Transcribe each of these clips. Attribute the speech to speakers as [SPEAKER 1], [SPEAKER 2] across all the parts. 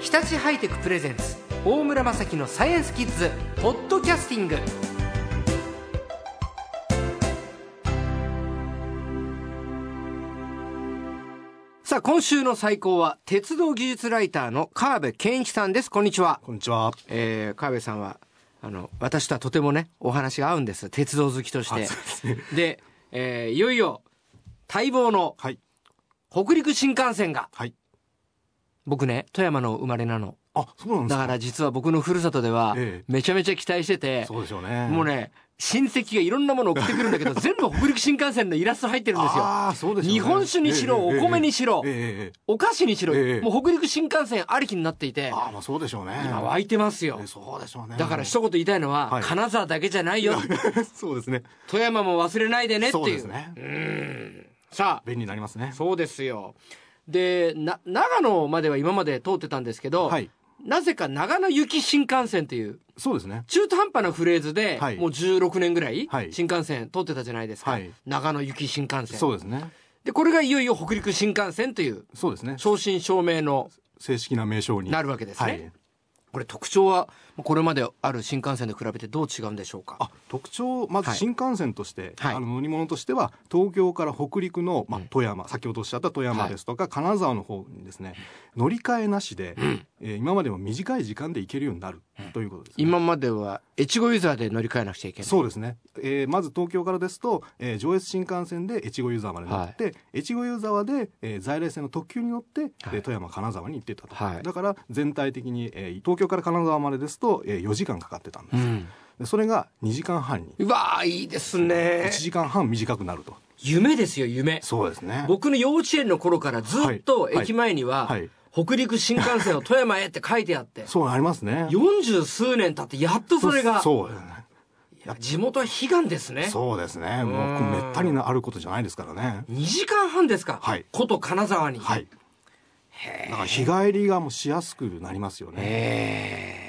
[SPEAKER 1] 日立ハイテクプレゼンツ大村雅樹のサイエンスキッズポッドキャスティングさあ今週の最高は鉄道技術ライターの川辺健一さんですこんにちは
[SPEAKER 2] こんにちは。
[SPEAKER 1] えー、川辺さんはあの私とはとてもねお話が合うんです鉄道好きとして
[SPEAKER 2] あそうですね
[SPEAKER 1] で、えーいよいよ待望の
[SPEAKER 2] はい。
[SPEAKER 1] 北陸新幹線が
[SPEAKER 2] はい。
[SPEAKER 1] 僕ね富山の生まれなの
[SPEAKER 2] あ、そうなんです
[SPEAKER 1] だ
[SPEAKER 2] か。
[SPEAKER 1] から実は僕のふるさとでは
[SPEAKER 2] ええ
[SPEAKER 1] めちゃめちゃ期待してて、
[SPEAKER 2] そうでしょうね。
[SPEAKER 1] もうね親戚がいろんなものを送ってくるんだ けど全部北陸新幹線のイラスト入ってるんですよ
[SPEAKER 2] ああ、そうでしょうね。
[SPEAKER 1] 日本酒にしろ
[SPEAKER 2] ええ
[SPEAKER 1] お米にしろ
[SPEAKER 2] ええええええ
[SPEAKER 1] お菓子にしろ、
[SPEAKER 2] ええ
[SPEAKER 1] もう北陸新幹線ありきになっていて
[SPEAKER 2] ああ、まあそうでしょうね。
[SPEAKER 1] 今湧いてますよ
[SPEAKER 2] ええそうでしょうね。
[SPEAKER 1] だから一言言いたいのは、
[SPEAKER 2] はい
[SPEAKER 1] 金沢だけじゃないよ
[SPEAKER 2] そうですね。
[SPEAKER 1] 富山も忘れないでねって
[SPEAKER 2] そう
[SPEAKER 1] い
[SPEAKER 2] で
[SPEAKER 1] う
[SPEAKER 2] すね。
[SPEAKER 1] さあ
[SPEAKER 2] 便利になりますね。
[SPEAKER 1] そうですよでな長野までは今まで通ってたんですけど、
[SPEAKER 2] はい。
[SPEAKER 1] なぜか長野行き新幹線という
[SPEAKER 2] そうですね。
[SPEAKER 1] 中途半端なフレーズで、
[SPEAKER 2] はい
[SPEAKER 1] もう16年ぐらい
[SPEAKER 2] はい
[SPEAKER 1] 新幹線通ってたじゃないですか、
[SPEAKER 2] はい
[SPEAKER 1] 長野行き新幹線
[SPEAKER 2] そうですね。
[SPEAKER 1] でこれがいよいよ北陸新幹線という
[SPEAKER 2] そうですね。
[SPEAKER 1] 正真正銘の
[SPEAKER 2] 正式な名称に
[SPEAKER 1] なるわけですね、
[SPEAKER 2] はい。
[SPEAKER 1] これ特徴はこれまである新幹線と比べてどう違うんでしょうか
[SPEAKER 2] あ特徴まず
[SPEAKER 1] はい
[SPEAKER 2] 新幹線として、
[SPEAKER 1] はい
[SPEAKER 2] あの乗り物としては東京から北陸の、まあ、富山、先ほどおっしゃった富山ですとか、金沢の方にですね乗り換えなしで、えー今までも短い時間で行けるようになるということです、ね
[SPEAKER 1] 今までは越後ユーザーで乗り換えなくちゃいけない
[SPEAKER 2] そうですね、えーまず東京からですと、えー上越新幹線で越後湯沢まで乗って、越後湯沢で、えー在来線の特急に乗って、
[SPEAKER 1] はい
[SPEAKER 2] えー富山金沢に行ってたと、
[SPEAKER 1] はい
[SPEAKER 2] だから全体的に、えー東京から金沢までですと、え4時間かかってたんです、
[SPEAKER 1] うん
[SPEAKER 2] でそれが2時間半に
[SPEAKER 1] うわーいいですね
[SPEAKER 2] 1時間半短くなると
[SPEAKER 1] 夢ですよ夢
[SPEAKER 2] そうですね
[SPEAKER 1] 僕の幼稚園の頃からずっと
[SPEAKER 2] はいはい
[SPEAKER 1] 駅前には、
[SPEAKER 2] はい
[SPEAKER 1] 北陸新幹線を富山へって書いてあって
[SPEAKER 2] そうありますね
[SPEAKER 1] 四十数年経ってやっとそれが
[SPEAKER 2] そうですね
[SPEAKER 1] いや地元は悲願ですね
[SPEAKER 2] そうですねもうめったになあることじゃないですからね
[SPEAKER 1] 2時間半ですか、
[SPEAKER 2] はい
[SPEAKER 1] 古都金沢に、
[SPEAKER 2] はいだから日帰りがもうしやすくなりますよね
[SPEAKER 1] え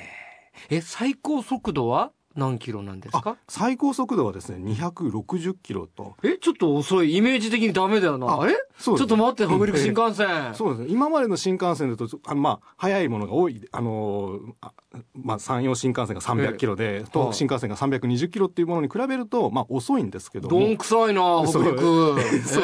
[SPEAKER 1] ーえ最高速度は何キロなんですか
[SPEAKER 2] あ最高速度はですね260キロと
[SPEAKER 1] えちょっと遅いイメージ的にダメだよな
[SPEAKER 2] あ
[SPEAKER 1] えち
[SPEAKER 2] そ
[SPEAKER 1] ょっ
[SPEAKER 2] うです
[SPEAKER 1] と待って北陸新幹線、
[SPEAKER 2] そうですね今までの新幹線だとあのまあ速いものが多いあのーあまあ、山陽新幹線が300キロで、東北新幹線が320キロっていうものに比べると、まあ、遅いんですけども
[SPEAKER 1] どんくさいな北陸
[SPEAKER 2] そうですね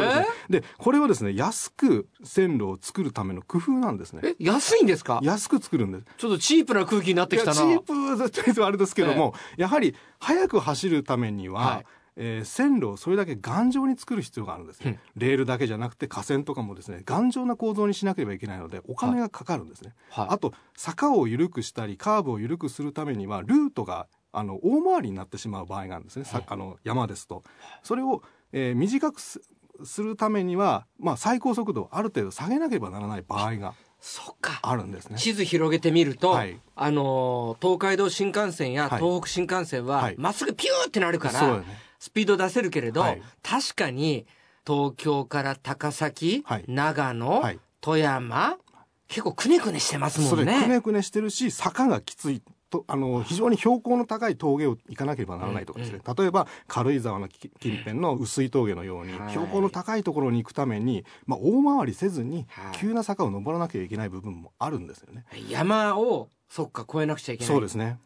[SPEAKER 1] え
[SPEAKER 2] でこれはですね安く線路を作るための工夫なんですね
[SPEAKER 1] え安いんですか
[SPEAKER 2] 安く作るんです
[SPEAKER 1] ちょっとチープな空気になってきた
[SPEAKER 2] い
[SPEAKER 1] な。
[SPEAKER 2] やチープというとあれですけども、やはり速く走るためには、
[SPEAKER 1] はい
[SPEAKER 2] えー線路をそれだけ頑丈に作る必要があるんですね、レールだけじゃなくて架線とかもですね頑丈な構造にしなければいけないのでお金がかかるんですね、
[SPEAKER 1] はい
[SPEAKER 2] あと坂を緩くしたりカーブを緩くするためにはルートがあの大回りになってしまう場合があるんですね、さあの山ですとそれを、えー短くすするためには、まあ、最高速度をある程度下げなければならない場合が
[SPEAKER 1] そっか。
[SPEAKER 2] あるんですね
[SPEAKER 1] 地図広げてみると、
[SPEAKER 2] はい
[SPEAKER 1] あのー東海道新幹線や
[SPEAKER 2] はい
[SPEAKER 1] 東北新幹線は
[SPEAKER 2] はい
[SPEAKER 1] まっすぐピューってなるから、
[SPEAKER 2] そうだね
[SPEAKER 1] スピード出せるけれど、
[SPEAKER 2] はい
[SPEAKER 1] 確かに東京から高崎、
[SPEAKER 2] はい
[SPEAKER 1] 長野、
[SPEAKER 2] はい
[SPEAKER 1] 富山結構くねくねしてます
[SPEAKER 2] そ
[SPEAKER 1] もん
[SPEAKER 2] れく
[SPEAKER 1] ね。
[SPEAKER 2] ねくねしてるし坂がきついとあの非常に標高の高い峠を行かなければならないとかですね、例えば軽井沢のき近辺の薄い峠のように、
[SPEAKER 1] はい
[SPEAKER 2] 標高の高いところに行くために、まあ、大回りせずに
[SPEAKER 1] はい
[SPEAKER 2] 急な坂を登らなきゃいけない部分もあるんですよね。
[SPEAKER 1] 山をそっか越えなくちゃいけない。
[SPEAKER 2] そうですね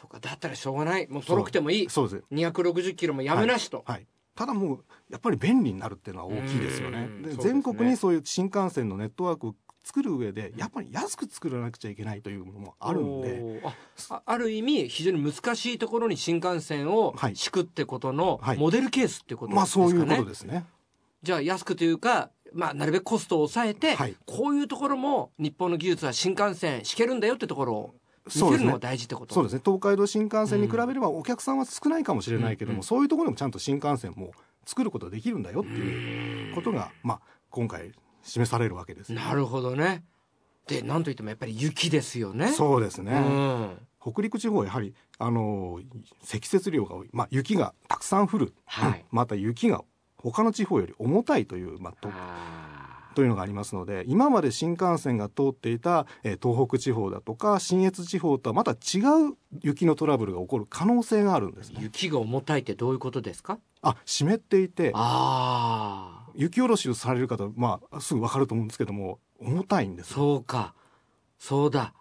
[SPEAKER 1] そっかだったらしょうがない。もうとろくてもいい。
[SPEAKER 2] そうです
[SPEAKER 1] 260キロもやむなしと。
[SPEAKER 2] はい、ただもうやっぱり便利になるっていうのは大きいですよね
[SPEAKER 1] うん
[SPEAKER 2] で
[SPEAKER 1] そうですね
[SPEAKER 2] 全国にそういう新幹線のネットワークを作る上でやっぱり安く作らなくちゃいけないというものもあるんで
[SPEAKER 1] おーああある意味非常に難しいところに新幹線を
[SPEAKER 2] はい
[SPEAKER 1] 敷くってことの
[SPEAKER 2] はい
[SPEAKER 1] モデルケースってことですかね、
[SPEAKER 2] まあそういうことですね。
[SPEAKER 1] じゃあ安くというか、まあ、なるべくコストを抑えて、
[SPEAKER 2] はい
[SPEAKER 1] こういうところも日本の技術は新幹線敷けるんだよってところを見せ
[SPEAKER 2] そうで
[SPEAKER 1] る
[SPEAKER 2] す
[SPEAKER 1] の
[SPEAKER 2] ね
[SPEAKER 1] が大事ってこと
[SPEAKER 2] そうですね東海道新幹線に比べればお客さんは少ないかもしれないけども、そういうところでもちゃんと新幹線も作ることができるんだよっていうことが、まあ、今回示されるわけです。
[SPEAKER 1] なるほどねでなんといってもやっぱり雪ですよね
[SPEAKER 2] そうですね、
[SPEAKER 1] うん
[SPEAKER 2] 北陸地方はやはり、あのー積雪量が多い、まあ、雪がたくさん降る、
[SPEAKER 1] はい
[SPEAKER 2] また雪が他の地方より重たいという、まあ、と
[SPEAKER 1] あ
[SPEAKER 2] というのがありますので今まで新幹線が通っていた、えー東北地方だとか信越地方とはまた違う雪のトラブルが起こる可能性があるんです
[SPEAKER 1] ー
[SPEAKER 2] ね。
[SPEAKER 1] 雪が重たいってどういうことですか
[SPEAKER 2] あ湿っていて
[SPEAKER 1] ああ
[SPEAKER 2] 雪下ろしをされる方、まあ、すぐ分かると思うんですけども重たいんです
[SPEAKER 1] そうかそうだ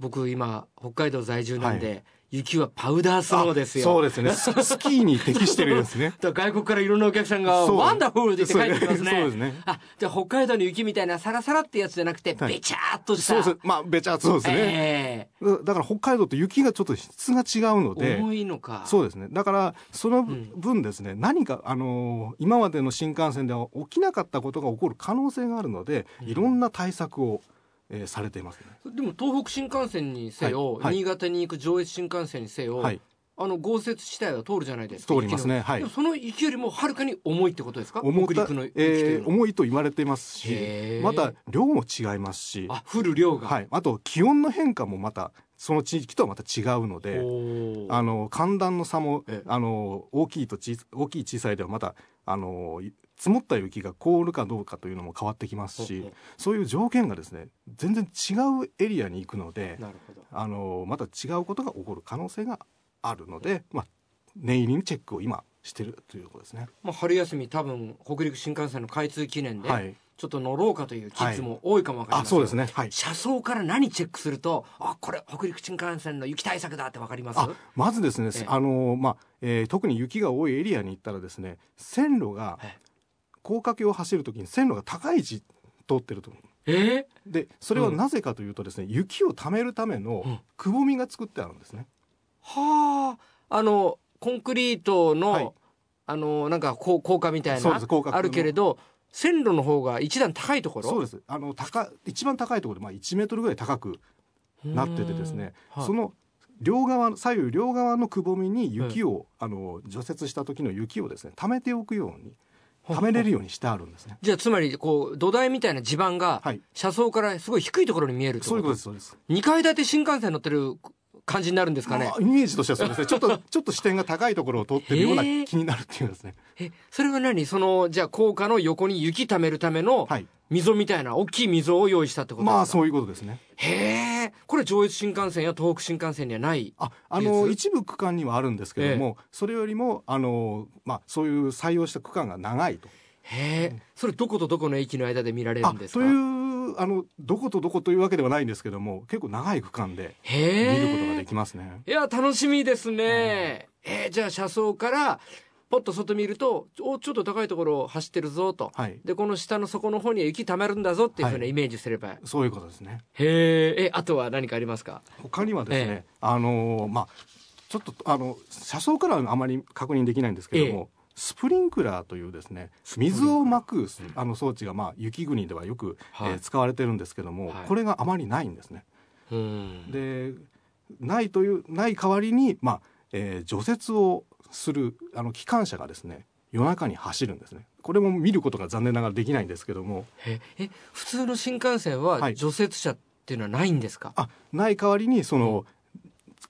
[SPEAKER 1] 僕今北海道在住なんで、
[SPEAKER 2] は
[SPEAKER 1] 雪はパウダースノーですよ。。
[SPEAKER 2] そうですね。ススキーに適してるですね
[SPEAKER 1] だから外国からいろんなお客さんが「
[SPEAKER 2] そう
[SPEAKER 1] ワンダフル!」って言って帰ってきますね。
[SPEAKER 2] そうですね
[SPEAKER 1] あじゃあ北海道の雪みたいなサラサラってやつじゃなくて、
[SPEAKER 2] はい
[SPEAKER 1] べちゃーっとした。
[SPEAKER 2] そうです。まあ、べちゃそうですね。
[SPEAKER 1] え
[SPEAKER 2] だだから北海道って雪がちょっと質が違うの
[SPEAKER 1] え
[SPEAKER 2] で。
[SPEAKER 1] 重いのか。
[SPEAKER 2] そうですねだからその
[SPEAKER 1] ん
[SPEAKER 2] 分ですね、何か、あのー今までの新幹線では起きなかったことが起こる可能性があるので、いろんな対策を、えーされていますね。
[SPEAKER 1] でも東北新幹線にせよ、
[SPEAKER 2] はいはい
[SPEAKER 1] 新潟に行く上越新幹線にせよ、
[SPEAKER 2] はい、
[SPEAKER 1] あの豪雪地帯は通るじゃないですか。
[SPEAKER 2] 通りますね
[SPEAKER 1] 雪の
[SPEAKER 2] はい
[SPEAKER 1] でもその雪よりもはるかに重いってことですか。
[SPEAKER 2] 重
[SPEAKER 1] 北
[SPEAKER 2] た
[SPEAKER 1] 陸の雪とい
[SPEAKER 2] え
[SPEAKER 1] う
[SPEAKER 2] ー
[SPEAKER 1] のは
[SPEAKER 2] 重いと言われていますし
[SPEAKER 1] へー
[SPEAKER 2] また量も違いますし
[SPEAKER 1] あ降る量が。
[SPEAKER 2] はい、あと気温の変化もまたその地域とはまた違うので
[SPEAKER 1] おー
[SPEAKER 2] あの寒暖の差も
[SPEAKER 1] ええ
[SPEAKER 2] あの大きいと小大きい小さいではまたあのい積もった雪が凍るかどうかというのも変わってきます
[SPEAKER 1] ほう
[SPEAKER 2] し
[SPEAKER 1] ほ
[SPEAKER 2] そういう条件がですね全然違うエリアに行くので
[SPEAKER 1] なるほど。
[SPEAKER 2] あのまた違うことが起こる可能性があるので、まあ、念入りにチェックを今してるということですね。
[SPEAKER 1] まあ春休み多分北陸新幹線の開通記念で、
[SPEAKER 2] はい、
[SPEAKER 1] ちょっと乗ろうかというキッズも多いかもわかりま
[SPEAKER 2] あ
[SPEAKER 1] せん。
[SPEAKER 2] そうですね、はい、
[SPEAKER 1] 車窓から何チェックすると、あこれ北陸新幹線の雪対策だってわかります。
[SPEAKER 2] あまずですね、
[SPEAKER 1] ええ
[SPEAKER 2] あのまあえー特に雪が多いエリアに行ったらですね線路が
[SPEAKER 1] え
[SPEAKER 2] 高架橋を走るときに線路が高い位置通ってると
[SPEAKER 1] え
[SPEAKER 2] でそれは
[SPEAKER 1] うん
[SPEAKER 2] なぜかというとですね、雪をためるため
[SPEAKER 1] うん
[SPEAKER 2] のくぼみが作ってあるんですね。
[SPEAKER 1] はあ、あのコンクリートの、
[SPEAKER 2] はい
[SPEAKER 1] あのなんかこう高架みたい
[SPEAKER 2] そう
[SPEAKER 1] な
[SPEAKER 2] です高架
[SPEAKER 1] あるけれど、線路の方が一段高いところ。
[SPEAKER 2] そうですあの高一番高いところで、まあ、1メートルぐらい高くなっててですね、
[SPEAKER 1] うんはい
[SPEAKER 2] その両側左右両側のくぼみに雪を、あの除雪した時の雪をですね溜めておくように溜めれるようにしてあるんですね。
[SPEAKER 1] じゃあつまりこう土台みたいな地盤が
[SPEAKER 2] はい
[SPEAKER 1] 車窓からすごい低いところに見えるって
[SPEAKER 2] そういうことですそうです。
[SPEAKER 1] 2階建て新幹線乗ってる感じになるんですかね
[SPEAKER 2] まあイメージとしてはそうですね。ちょっと、 ちょっと視点が高いところを取ってるような
[SPEAKER 1] へー
[SPEAKER 2] 気になるっていうですね。
[SPEAKER 1] えそれは何そのじゃあ高架の横に雪ためるための
[SPEAKER 2] はい。
[SPEAKER 1] 溝みたいな大きい溝を用意したってことですか、
[SPEAKER 2] まあ、そういうことですね。
[SPEAKER 1] へえこれ上越新幹線や東北新幹線にはない
[SPEAKER 2] あ、あの、
[SPEAKER 1] 技
[SPEAKER 2] 一部区間にはあるんですけども、それよりも、あの、まあ、そういう採用した区間が長いと。
[SPEAKER 1] へえそれどことどこの駅の間で見られる
[SPEAKER 2] あ
[SPEAKER 1] ん、です
[SPEAKER 2] と
[SPEAKER 1] か
[SPEAKER 2] いう、あの、どことどこというわけではないんですけども、結構長い区間で
[SPEAKER 1] へ
[SPEAKER 2] 見
[SPEAKER 1] え
[SPEAKER 2] ることができますね。
[SPEAKER 1] いや楽しみですね、えーじゃあ車窓からポッと外見るとおちょっと高いところを走ってるぞと、
[SPEAKER 2] はい。
[SPEAKER 1] でこの下の底の方には雪たまるんだぞっていうふうな
[SPEAKER 2] はい
[SPEAKER 1] イメージすれば、
[SPEAKER 2] そういうことですね。
[SPEAKER 1] へええあとは何かありますか
[SPEAKER 2] 他にはです
[SPEAKER 1] え
[SPEAKER 2] ね、あの、まあ、ちょっと、あの、車窓からはあまり確認できないんですけども、スプリンクラーというですね水をまくあの装置が、まあ、雪国ではよく、
[SPEAKER 1] はい
[SPEAKER 2] えー使われてるんですけども、
[SPEAKER 1] はい
[SPEAKER 2] これがあまりないんですね。
[SPEAKER 1] うん
[SPEAKER 2] でないというない代わりに、まあえー除雪をするあの機関車がですね夜中に走るんですね。これも見ることが残念ながらできないんですけども
[SPEAKER 1] ええ普通の新幹線
[SPEAKER 2] は
[SPEAKER 1] はい除雪車っていうのはないんですか、
[SPEAKER 2] あない代わりにその、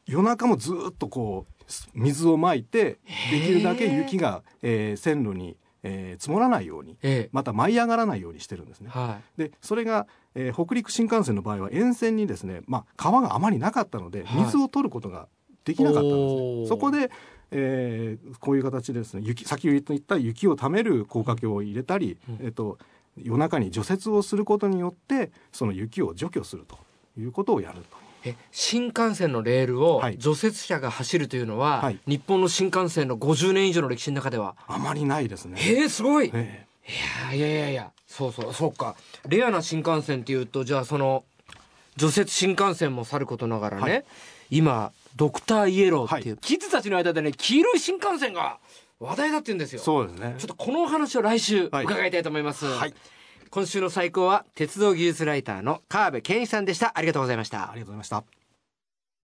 [SPEAKER 2] 夜中もずっとこうす水をまいて
[SPEAKER 1] へ
[SPEAKER 2] で
[SPEAKER 1] ー
[SPEAKER 2] きるだけ雪が、えー線路に、えー積もらないように
[SPEAKER 1] ええ
[SPEAKER 2] また舞い上がらないようにしてるんですね。
[SPEAKER 1] は
[SPEAKER 2] でそれが、えー北陸新幹線の場合は沿線にですね、まあ、川があまりなかったので
[SPEAKER 1] はい
[SPEAKER 2] 水を取ることができなかったんですね、
[SPEAKER 1] おー
[SPEAKER 2] そこで、えーこういう形でですね雪先ほど言った雪をためる高架橋を入れたり、
[SPEAKER 1] うん
[SPEAKER 2] えー、と夜中に除雪をすることによってその雪を除去するということをやると。
[SPEAKER 1] いえ新幹線のレールを
[SPEAKER 2] はい
[SPEAKER 1] 除雪車が走るというのは、
[SPEAKER 2] はい
[SPEAKER 1] 日本の新幹線の50年以上の歴史の中では
[SPEAKER 2] あまりないですね。
[SPEAKER 1] ええすごい、
[SPEAKER 2] え
[SPEAKER 1] いや
[SPEAKER 2] え
[SPEAKER 1] いやいやいやそうそうそうかレアな新幹線っていうとじゃあその除雪新幹線もさることながらね、
[SPEAKER 2] はい
[SPEAKER 1] 今ドクターイエローっていう、
[SPEAKER 2] は
[SPEAKER 1] キッズたちの間でね黄色い新幹線が話題だって言うんですよ
[SPEAKER 2] そうですね
[SPEAKER 1] ちょっとこのお話を来週
[SPEAKER 2] はい
[SPEAKER 1] 伺いたいと思います、
[SPEAKER 2] はい
[SPEAKER 1] 今週の最高は鉄道技術ライターの川辺健一さんでしたありがとうございました
[SPEAKER 2] ありがとうございました。